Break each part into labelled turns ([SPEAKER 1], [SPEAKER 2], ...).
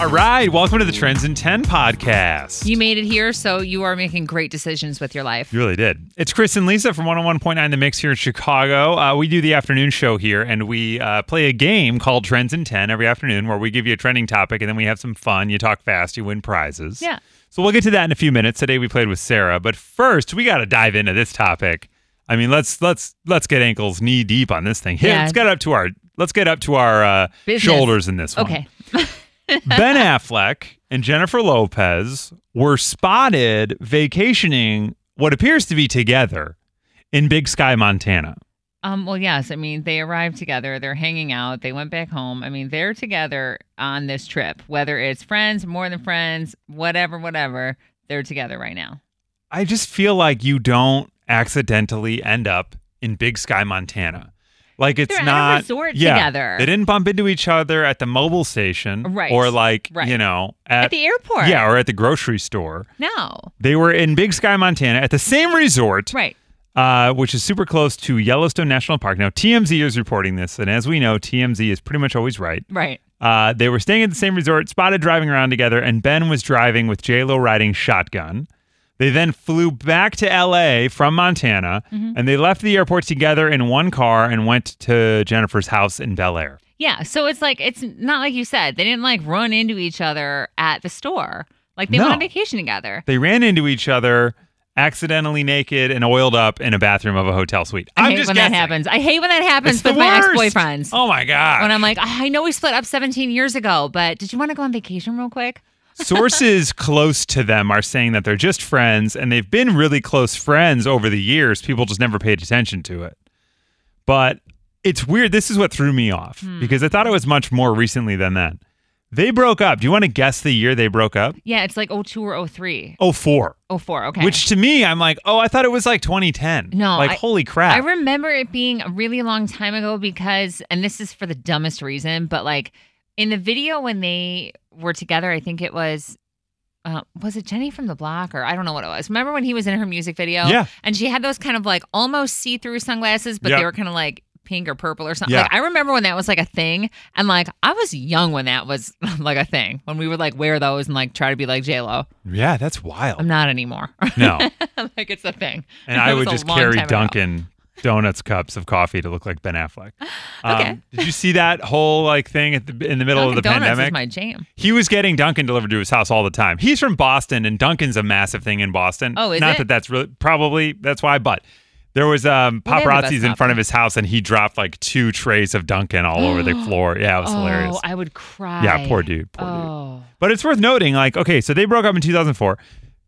[SPEAKER 1] All right, welcome to the Trends in 10 podcast.
[SPEAKER 2] You made it here, so you are making great decisions with your life.
[SPEAKER 1] You really did. It's Chris and Lisa from 101.9 The Mix here in Chicago. Uh, we do the afternoon show here, and we uh, play a game called Trends in 10 every afternoon where we give you a trending topic and then we have some fun. You talk fast, you win prizes.
[SPEAKER 2] Yeah.
[SPEAKER 1] So we'll get to that in a few minutes. Today we played with Sarah, but first we got to dive into this topic. I mean, let's let's let's get ankles knee deep on this thing. Here,
[SPEAKER 2] Yeah.
[SPEAKER 1] let's get up to our let's get up to our uh,
[SPEAKER 2] Business.
[SPEAKER 1] shoulders in this one.
[SPEAKER 2] Okay.
[SPEAKER 1] Ben Affleck and Jennifer Lopez were spotted vacationing what appears to be together in Big Sky, Montana.
[SPEAKER 2] Um, well, yes. I mean, they arrived together. They're hanging out. They went back home. I mean, they're together on this trip, whether it's friends, more than friends, whatever, whatever. They're together right now.
[SPEAKER 1] I just feel like you don't accidentally end up in Big Sky, Montana. Like it's
[SPEAKER 2] They're at a
[SPEAKER 1] not
[SPEAKER 2] resort
[SPEAKER 1] yeah,
[SPEAKER 2] together.
[SPEAKER 1] They didn't bump into each other at the mobile station,
[SPEAKER 2] Right,
[SPEAKER 1] Or like
[SPEAKER 2] right.
[SPEAKER 1] you know
[SPEAKER 2] At,
[SPEAKER 1] at,
[SPEAKER 2] the airport.
[SPEAKER 1] yeah, or at the grocery store.
[SPEAKER 2] No.
[SPEAKER 1] They were in Big Sky, Montana, at the same resort,
[SPEAKER 2] Right.
[SPEAKER 1] uh, which is super close to Yellowstone National Park. Now, TMZ is reporting this, and as we know, TMZ is pretty much always right.
[SPEAKER 2] Right.
[SPEAKER 1] Uh, they were staying at the same resort, spotted driving around together, and Ben was driving with Lo riding shotgun. They then flew back to LA from Montana,
[SPEAKER 2] Mm-hmm.
[SPEAKER 1] and they left the airport together in one car and went to Jennifer's house in Bel Air.
[SPEAKER 2] Yeah. So it's like, it's not like you said, they didn't like run into each other at the store. Like they went
[SPEAKER 1] No.
[SPEAKER 2] on vacation together.
[SPEAKER 1] They ran into each other accidentally naked and oiled up in a bathroom of a hotel suite.
[SPEAKER 2] I
[SPEAKER 1] am
[SPEAKER 2] hate
[SPEAKER 1] just
[SPEAKER 2] when
[SPEAKER 1] guessing.
[SPEAKER 2] that happens. I hate when that happens
[SPEAKER 1] It's the
[SPEAKER 2] with my ex
[SPEAKER 1] worst.
[SPEAKER 2] boyfriends.
[SPEAKER 1] Oh my god!
[SPEAKER 2] when I'm like, "Oh, I know we split up 17 years ago, but did you want to go on vacation real quick?
[SPEAKER 1] Sources close to them are saying that they're just friends and they've been really close friends over the years. People just never paid attention to it. But it's weird. This is what threw me off
[SPEAKER 2] Hmm.
[SPEAKER 1] because I thought it was much more recently than that. They broke up. Do you want to guess the year they broke up?
[SPEAKER 2] Yeah, it's like 02 or 03.
[SPEAKER 1] Oh, four.
[SPEAKER 2] 04, okay.
[SPEAKER 1] Which to me, I'm like, oh, I thought it was like 2010.
[SPEAKER 2] No,
[SPEAKER 1] Like,
[SPEAKER 2] I-
[SPEAKER 1] holy crap.
[SPEAKER 2] I remember it being a really long time ago because, and this is for the dumbest reason, but like in the video when they were together, I think it was. Uh, was it Jenny from the block or I don't know what it was? Remember when he was in her music video?
[SPEAKER 1] Yeah.
[SPEAKER 2] And she had those kind of like almost see through sunglasses, but
[SPEAKER 1] Yeah.
[SPEAKER 2] they were kind of like pink or purple or something.
[SPEAKER 1] Yeah.
[SPEAKER 2] Like I remember when that was like a thing. And like I was young when that was like a thing, when we would like wear those and like try to be like JLo.
[SPEAKER 1] yeah, that's wild.
[SPEAKER 2] I'm not anymore.
[SPEAKER 1] no.
[SPEAKER 2] like it's a thing.
[SPEAKER 1] And
[SPEAKER 2] That
[SPEAKER 1] I
[SPEAKER 2] was
[SPEAKER 1] would
[SPEAKER 2] a
[SPEAKER 1] just
[SPEAKER 2] long
[SPEAKER 1] carry
[SPEAKER 2] time ago.
[SPEAKER 1] Dunkin' Donuts cups of coffee to look like Ben Affleck. Um,
[SPEAKER 2] Okay.
[SPEAKER 1] did you see that whole like thing at the, in the middle
[SPEAKER 2] Dunkin'
[SPEAKER 1] of the
[SPEAKER 2] Donuts
[SPEAKER 1] pandemic?
[SPEAKER 2] is my jam.
[SPEAKER 1] he was getting Dunkin' delivered to his house all the time. He's from Boston, and Dunkin's a massive thing in Boston.
[SPEAKER 2] Oh, is
[SPEAKER 1] Not
[SPEAKER 2] it?
[SPEAKER 1] that that's really probably that's why, but. There was um,
[SPEAKER 2] Well, they have the
[SPEAKER 1] paparazzi's
[SPEAKER 2] best
[SPEAKER 1] in front of
[SPEAKER 2] option.
[SPEAKER 1] his house, and he dropped like two trays of Dunkin' all over the floor. Yeah, it was hilarious.
[SPEAKER 2] Oh, I would cry.
[SPEAKER 1] yeah, poor dude, poor dude.
[SPEAKER 2] Oh,
[SPEAKER 1] But it's worth noting, like, okay, so they broke up in 2004.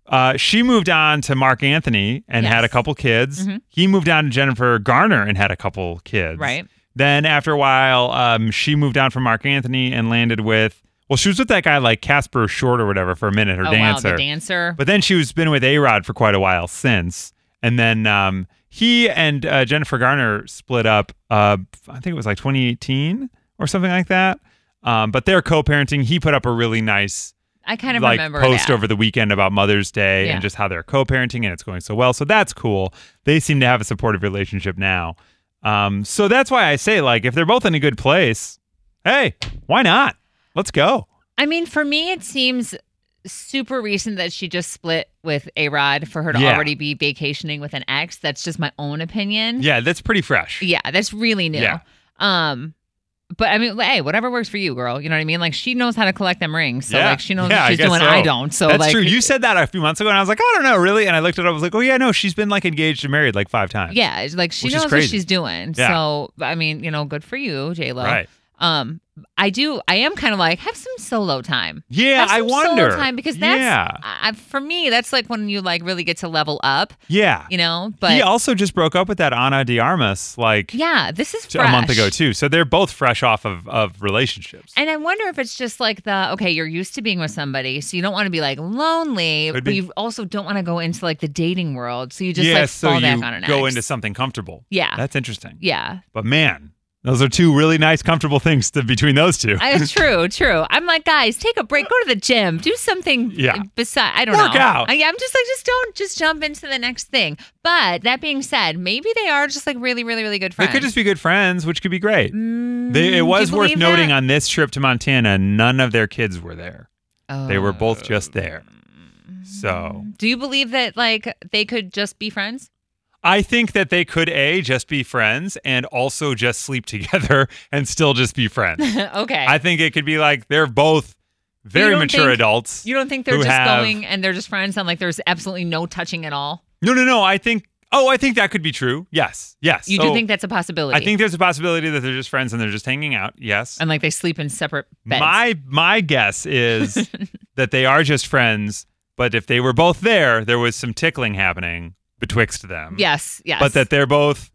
[SPEAKER 1] Uh, she moved on to Mark Anthony and
[SPEAKER 2] Yes. Mm-hmm.
[SPEAKER 1] had a couple kids. He moved on to Jennifer Garner and had a couple kids.
[SPEAKER 2] Right.
[SPEAKER 1] Then after a while, um, she moved on from Mark Anthony and landed with, well, she was with that guy like Casper Short or whatever for a minute, her
[SPEAKER 2] oh wow,
[SPEAKER 1] dancer.
[SPEAKER 2] the dancer.
[SPEAKER 1] But then she was been with A Rod for quite a while since, and then um, he and uh, Jennifer Garner split up. Uh, I think it was like 2018 or something like that. Um, but they're co-parenting. He put up a really nice
[SPEAKER 2] I kind of
[SPEAKER 1] like
[SPEAKER 2] remember
[SPEAKER 1] post
[SPEAKER 2] that.
[SPEAKER 1] over the weekend about Mother's Day
[SPEAKER 2] Yeah.
[SPEAKER 1] and just how they're co-parenting and it's going so well. So that's cool. They seem to have a supportive relationship now. Um, so that's why I say like if they're both in a good place, hey, why not? Let's go.
[SPEAKER 2] I mean, for me, it seems super recent that she just split with A Rod for her to
[SPEAKER 1] Yeah.
[SPEAKER 2] already be vacationing with an ex. That's just my own opinion.
[SPEAKER 1] Yeah, that's pretty fresh.
[SPEAKER 2] Yeah, that's really new.
[SPEAKER 1] Yeah.
[SPEAKER 2] Um, but I mean, hey, whatever works for you, girl. You know what I mean? Like she knows how to collect them rings, so
[SPEAKER 1] Yeah.
[SPEAKER 2] like she knows
[SPEAKER 1] Yeah,
[SPEAKER 2] what
[SPEAKER 1] I
[SPEAKER 2] she's
[SPEAKER 1] guess
[SPEAKER 2] doing.
[SPEAKER 1] so.
[SPEAKER 2] I don't. So
[SPEAKER 1] That's
[SPEAKER 2] like,
[SPEAKER 1] true. You said that a few months ago, and I was like, I don't know, really. And I looked it up. I was like, Oh yeah, no, she's been like engaged and married like five times.
[SPEAKER 2] Yeah, it's like she
[SPEAKER 1] Which is
[SPEAKER 2] knows what
[SPEAKER 1] crazy.
[SPEAKER 2] she's doing.
[SPEAKER 1] Yeah.
[SPEAKER 2] So I mean, you know, good for you, J Lo.
[SPEAKER 1] Right.
[SPEAKER 2] Um, I do. I am kind of like have some solo time.
[SPEAKER 1] Yeah,
[SPEAKER 2] Have some
[SPEAKER 1] I wonder.
[SPEAKER 2] solo time because that's
[SPEAKER 1] yeah,
[SPEAKER 2] I, for me. That's like when you like really get to level up,
[SPEAKER 1] yeah.
[SPEAKER 2] you know. But
[SPEAKER 1] he also just broke up with that Ana Diarmas like
[SPEAKER 2] yeah, this is
[SPEAKER 1] t- a month
[SPEAKER 2] fresh.
[SPEAKER 1] ago too. So they're both fresh off of of relationships.
[SPEAKER 2] And I wonder if it's just like the okay, you're used to being with somebody, so you don't want to be like lonely,
[SPEAKER 1] Could
[SPEAKER 2] but
[SPEAKER 1] be.
[SPEAKER 2] you also don't want to go into like the dating world, so you just
[SPEAKER 1] yeah,
[SPEAKER 2] like
[SPEAKER 1] so
[SPEAKER 2] fall
[SPEAKER 1] you
[SPEAKER 2] back on an
[SPEAKER 1] go
[SPEAKER 2] ex.
[SPEAKER 1] into something comfortable.
[SPEAKER 2] Yeah.
[SPEAKER 1] that's interesting.
[SPEAKER 2] yeah,
[SPEAKER 1] But man, Those are two really nice, comfortable things to, between those two.
[SPEAKER 2] I, true, true. I'm like, guys, take a break, go to the gym, do something.
[SPEAKER 1] Yeah.
[SPEAKER 2] Beside, I don't
[SPEAKER 1] Work
[SPEAKER 2] know.
[SPEAKER 1] out.
[SPEAKER 2] I, I'm just like, just don't just jump into the next thing. But that being said, maybe they are just like really, really, really good
[SPEAKER 1] They
[SPEAKER 2] friends. Mm,
[SPEAKER 1] could just be good friends, which could be great. they,
[SPEAKER 2] do
[SPEAKER 1] it was
[SPEAKER 2] you
[SPEAKER 1] worth
[SPEAKER 2] believe
[SPEAKER 1] noting
[SPEAKER 2] that?
[SPEAKER 1] on this trip to Montana, none of their kids were there. uh, They were both
[SPEAKER 2] Oh.
[SPEAKER 1] just there. So
[SPEAKER 2] Do you believe that like they could just be friends?
[SPEAKER 1] I think that they could A, just be friends and also just sleep together and still just be friends.
[SPEAKER 2] okay.
[SPEAKER 1] I think it could be like they're both very
[SPEAKER 2] don't
[SPEAKER 1] mature
[SPEAKER 2] think-
[SPEAKER 1] adults.
[SPEAKER 2] you don't think they're
[SPEAKER 1] who
[SPEAKER 2] just
[SPEAKER 1] have-
[SPEAKER 2] going and they're just friends and like there's absolutely no touching at all?
[SPEAKER 1] No, no, no. I think, oh, I think that could be true. Yes. Yes.
[SPEAKER 2] You
[SPEAKER 1] So
[SPEAKER 2] do think that's a possibility?
[SPEAKER 1] I think there's a possibility that they're just friends and they're just hanging out. Yes.
[SPEAKER 2] and like they sleep in separate beds.
[SPEAKER 1] My my guess is that they are just friends, but if they were both there, there was some tickling happening betwixt them.
[SPEAKER 2] yes, yes.
[SPEAKER 1] But that they're both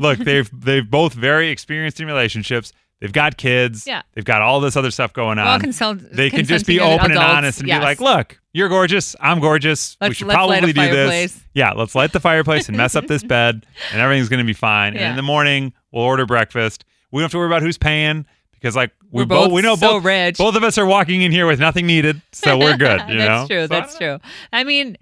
[SPEAKER 1] look, they've they've both very experienced in relationships. They've got kids.
[SPEAKER 2] Yeah.
[SPEAKER 1] They've got all this other stuff going
[SPEAKER 2] We're all
[SPEAKER 1] on.
[SPEAKER 2] consult-
[SPEAKER 1] um, they can just be
[SPEAKER 2] consenting
[SPEAKER 1] open and
[SPEAKER 2] adults,
[SPEAKER 1] honest and
[SPEAKER 2] yes.
[SPEAKER 1] be like, look, you're gorgeous. I'm gorgeous. we
[SPEAKER 2] Let's-
[SPEAKER 1] should
[SPEAKER 2] let's
[SPEAKER 1] probably
[SPEAKER 2] light a
[SPEAKER 1] do this.
[SPEAKER 2] fireplace."
[SPEAKER 1] Yeah, let's light the fireplace and mess up this bed, and everything's going to be fine. And
[SPEAKER 2] Yeah.
[SPEAKER 1] in the morning, we'll order breakfast. We don't have to worry about who's paying because, like, we
[SPEAKER 2] We're
[SPEAKER 1] both,
[SPEAKER 2] both
[SPEAKER 1] we know
[SPEAKER 2] so
[SPEAKER 1] both,
[SPEAKER 2] rich.
[SPEAKER 1] both of us are walking in here with nothing needed, so we're good. You
[SPEAKER 2] that's
[SPEAKER 1] know?
[SPEAKER 2] true.
[SPEAKER 1] So,
[SPEAKER 2] That's true. I mean,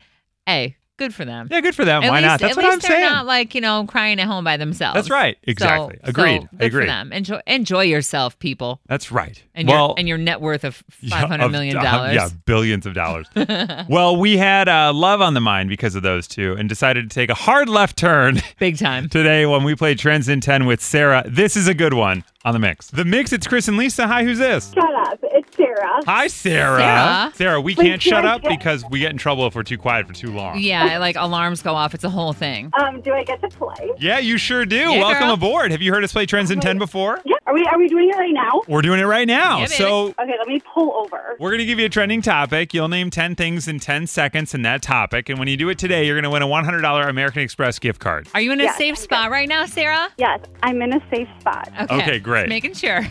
[SPEAKER 2] hey, good for them.
[SPEAKER 1] Yeah, good for them.
[SPEAKER 2] At
[SPEAKER 1] Why
[SPEAKER 2] least,
[SPEAKER 1] not? That's
[SPEAKER 2] at
[SPEAKER 1] what
[SPEAKER 2] least
[SPEAKER 1] I'm
[SPEAKER 2] they're
[SPEAKER 1] saying.
[SPEAKER 2] not like you know crying at home by themselves.
[SPEAKER 1] That's right.
[SPEAKER 2] So-
[SPEAKER 1] Exactly.
[SPEAKER 2] so
[SPEAKER 1] Agreed. I
[SPEAKER 2] good
[SPEAKER 1] agree.
[SPEAKER 2] For them. Enjoy, enjoy yourself, people,
[SPEAKER 1] That's right.
[SPEAKER 2] and
[SPEAKER 1] well,
[SPEAKER 2] your and your net worth of
[SPEAKER 1] Yeah,
[SPEAKER 2] five hundred
[SPEAKER 1] of-
[SPEAKER 2] million
[SPEAKER 1] uh,
[SPEAKER 2] dollars.
[SPEAKER 1] Yeah, billions of dollars. well, we had uh, love on the mind because of those two and decided to take a hard left turn
[SPEAKER 2] big time.
[SPEAKER 1] today when we played Trends in 10 with Sarah. This is a good one on the mix. The mix, it's Chris and Lisa. Hi, who's this?
[SPEAKER 3] Shut up. It's Sarah.
[SPEAKER 1] Hi, Sarah.
[SPEAKER 2] Sarah?
[SPEAKER 1] we
[SPEAKER 3] Wait,
[SPEAKER 1] can't shut
[SPEAKER 3] can I
[SPEAKER 1] up
[SPEAKER 3] get-
[SPEAKER 1] because we get in trouble if we're too quiet for too long.
[SPEAKER 2] Yeah, like alarms go off. It's a whole thing.
[SPEAKER 3] Um, do I get to play?
[SPEAKER 1] Yeah, you sure do.
[SPEAKER 2] Yeah,
[SPEAKER 1] Welcome
[SPEAKER 2] girl.
[SPEAKER 1] aboard. Have you heard us play Trends in 10 before?
[SPEAKER 3] Yeah. Are we are we doing it right now?
[SPEAKER 1] We're doing it right now.
[SPEAKER 2] Yeah, baby.
[SPEAKER 1] so
[SPEAKER 3] Okay, let me pull over.
[SPEAKER 1] We're going to give you a trending topic. You'll name 10 things in 10 seconds in that topic. And when you do it today, you're going to win a $100 American Express gift card.
[SPEAKER 2] Are you in a
[SPEAKER 3] Yes,
[SPEAKER 2] safe
[SPEAKER 3] I'm
[SPEAKER 2] spot right now, Sarah?
[SPEAKER 3] Yes, I'm in a safe spot.
[SPEAKER 1] Okay, great.
[SPEAKER 2] Just making sure.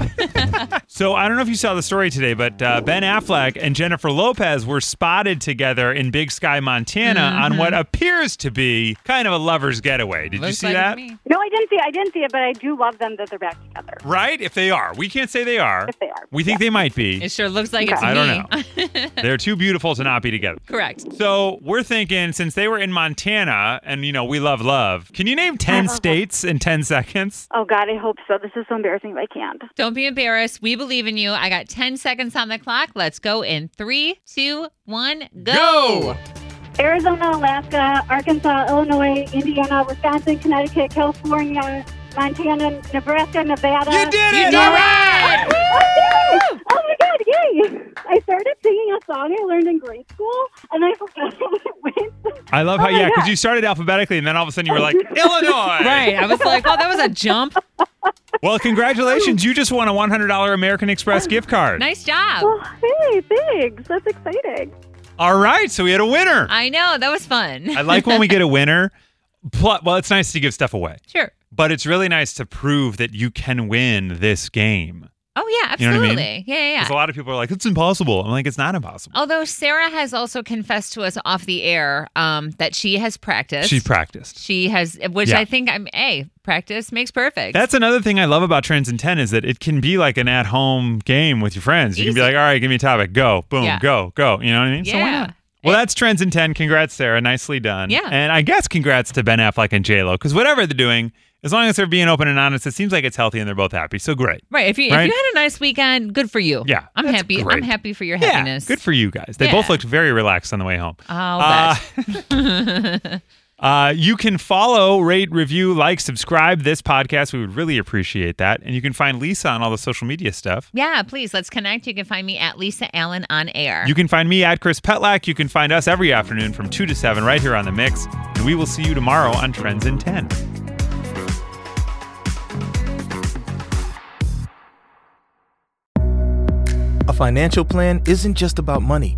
[SPEAKER 1] So I don't know if you saw the story today, but uh, Ben Affleck and Jennifer Lopez were spotted together in Big Sky, Montana on what appears to be kind of a lover's getaway. Did you
[SPEAKER 2] Mm-hmm. Looks
[SPEAKER 1] see
[SPEAKER 2] like
[SPEAKER 1] that?
[SPEAKER 2] me.
[SPEAKER 3] No, I didn't see. I didn't see it, but I do love them that they're back together.
[SPEAKER 1] Right? If they are. We can't say they are.
[SPEAKER 3] If they are,
[SPEAKER 1] We think they might be.
[SPEAKER 2] It sure looks like it's
[SPEAKER 1] I
[SPEAKER 2] me.
[SPEAKER 1] don't know. They're too beautiful to not be together.
[SPEAKER 2] Correct.
[SPEAKER 1] So we're thinking since they were in Montana and you know we love love, can you name ten states in ten seconds?
[SPEAKER 3] Oh God, I hope so. This is so embarrassing if I can't.
[SPEAKER 2] Don't be embarrassed. We believe in you. I got 10 seconds on the clock. Let's go in three, two, one, go.
[SPEAKER 3] Arizona, Alaska, Arkansas, Illinois, Indiana, Wisconsin, Connecticut, California, Montana, Nebraska, Nevada.
[SPEAKER 1] You did
[SPEAKER 2] You
[SPEAKER 1] it!
[SPEAKER 2] did
[SPEAKER 1] All
[SPEAKER 2] it!
[SPEAKER 1] right!
[SPEAKER 3] Oh my God! Yay! I started singing a song I learned in grade school, and I forgot what it went.
[SPEAKER 1] I love how
[SPEAKER 3] Oh my
[SPEAKER 1] yeah, because
[SPEAKER 3] God.
[SPEAKER 1] you started alphabetically and then all of a sudden you were like Illinois.
[SPEAKER 2] Right. I was like, oh, that was a jump.
[SPEAKER 1] Well, congratulations! You just won a one hundred dollar American Express gift card.
[SPEAKER 2] Nice job.
[SPEAKER 3] Oh, hey, thanks. That's exciting.
[SPEAKER 1] All right, so we had a winner.
[SPEAKER 2] I know. That was fun.
[SPEAKER 1] I like when we get a winner. Plu- Well, it's nice to give stuff away,
[SPEAKER 2] sure.
[SPEAKER 1] but it's really nice to prove that you can win this game.
[SPEAKER 2] Oh, yeah.
[SPEAKER 1] You know what I
[SPEAKER 2] Absolutely.
[SPEAKER 1] mean?
[SPEAKER 2] Yeah, yeah, yeah.
[SPEAKER 1] Because a lot of people are like, it's impossible. I'm like, it's not impossible.
[SPEAKER 2] Although Sarah has also confessed to us off the air um, that she has practiced.
[SPEAKER 1] She practiced.
[SPEAKER 2] She has, which
[SPEAKER 1] Yeah.
[SPEAKER 2] I think I'm a practice makes perfect.
[SPEAKER 1] That's another thing I love about Trends in 10 is that it can be like an at home game with your friends. You can be
[SPEAKER 2] Easy.
[SPEAKER 1] like, all right, give me a topic. Go, boom,
[SPEAKER 2] Yeah.
[SPEAKER 1] go, go. You know what I mean? So why
[SPEAKER 2] yeah.
[SPEAKER 1] not? Well, that's Trends in 10. Congrats, Sarah. Nicely done.
[SPEAKER 2] Yeah.
[SPEAKER 1] And I guess congrats to Ben Affleck and J-Lo because whatever they're doing, as long as they're being open and honest, it seems like it's healthy and they're both happy. So great.
[SPEAKER 2] Right. If you
[SPEAKER 1] Right?
[SPEAKER 2] if you had a nice weekend, good for you.
[SPEAKER 1] Yeah,
[SPEAKER 2] I'm
[SPEAKER 1] that's
[SPEAKER 2] happy.
[SPEAKER 1] great.
[SPEAKER 2] I'm happy for your
[SPEAKER 1] Yeah.
[SPEAKER 2] happiness.
[SPEAKER 1] Good for you guys. They
[SPEAKER 2] Yeah.
[SPEAKER 1] both looked very relaxed on the way home.
[SPEAKER 2] I'll bet.
[SPEAKER 1] Uh, you can follow, rate, review, like, subscribe this podcast. We would really appreciate that. And you can find Lisa on all the social media stuff.
[SPEAKER 2] Yeah, please let's connect. You can find me at Lisa Allen on air.
[SPEAKER 1] You can find me at Chris Petlak. You can find us every afternoon from 2 to 7 right here on The Mix. And we will see you tomorrow on Trends in 10.
[SPEAKER 4] A financial plan isn't just about money.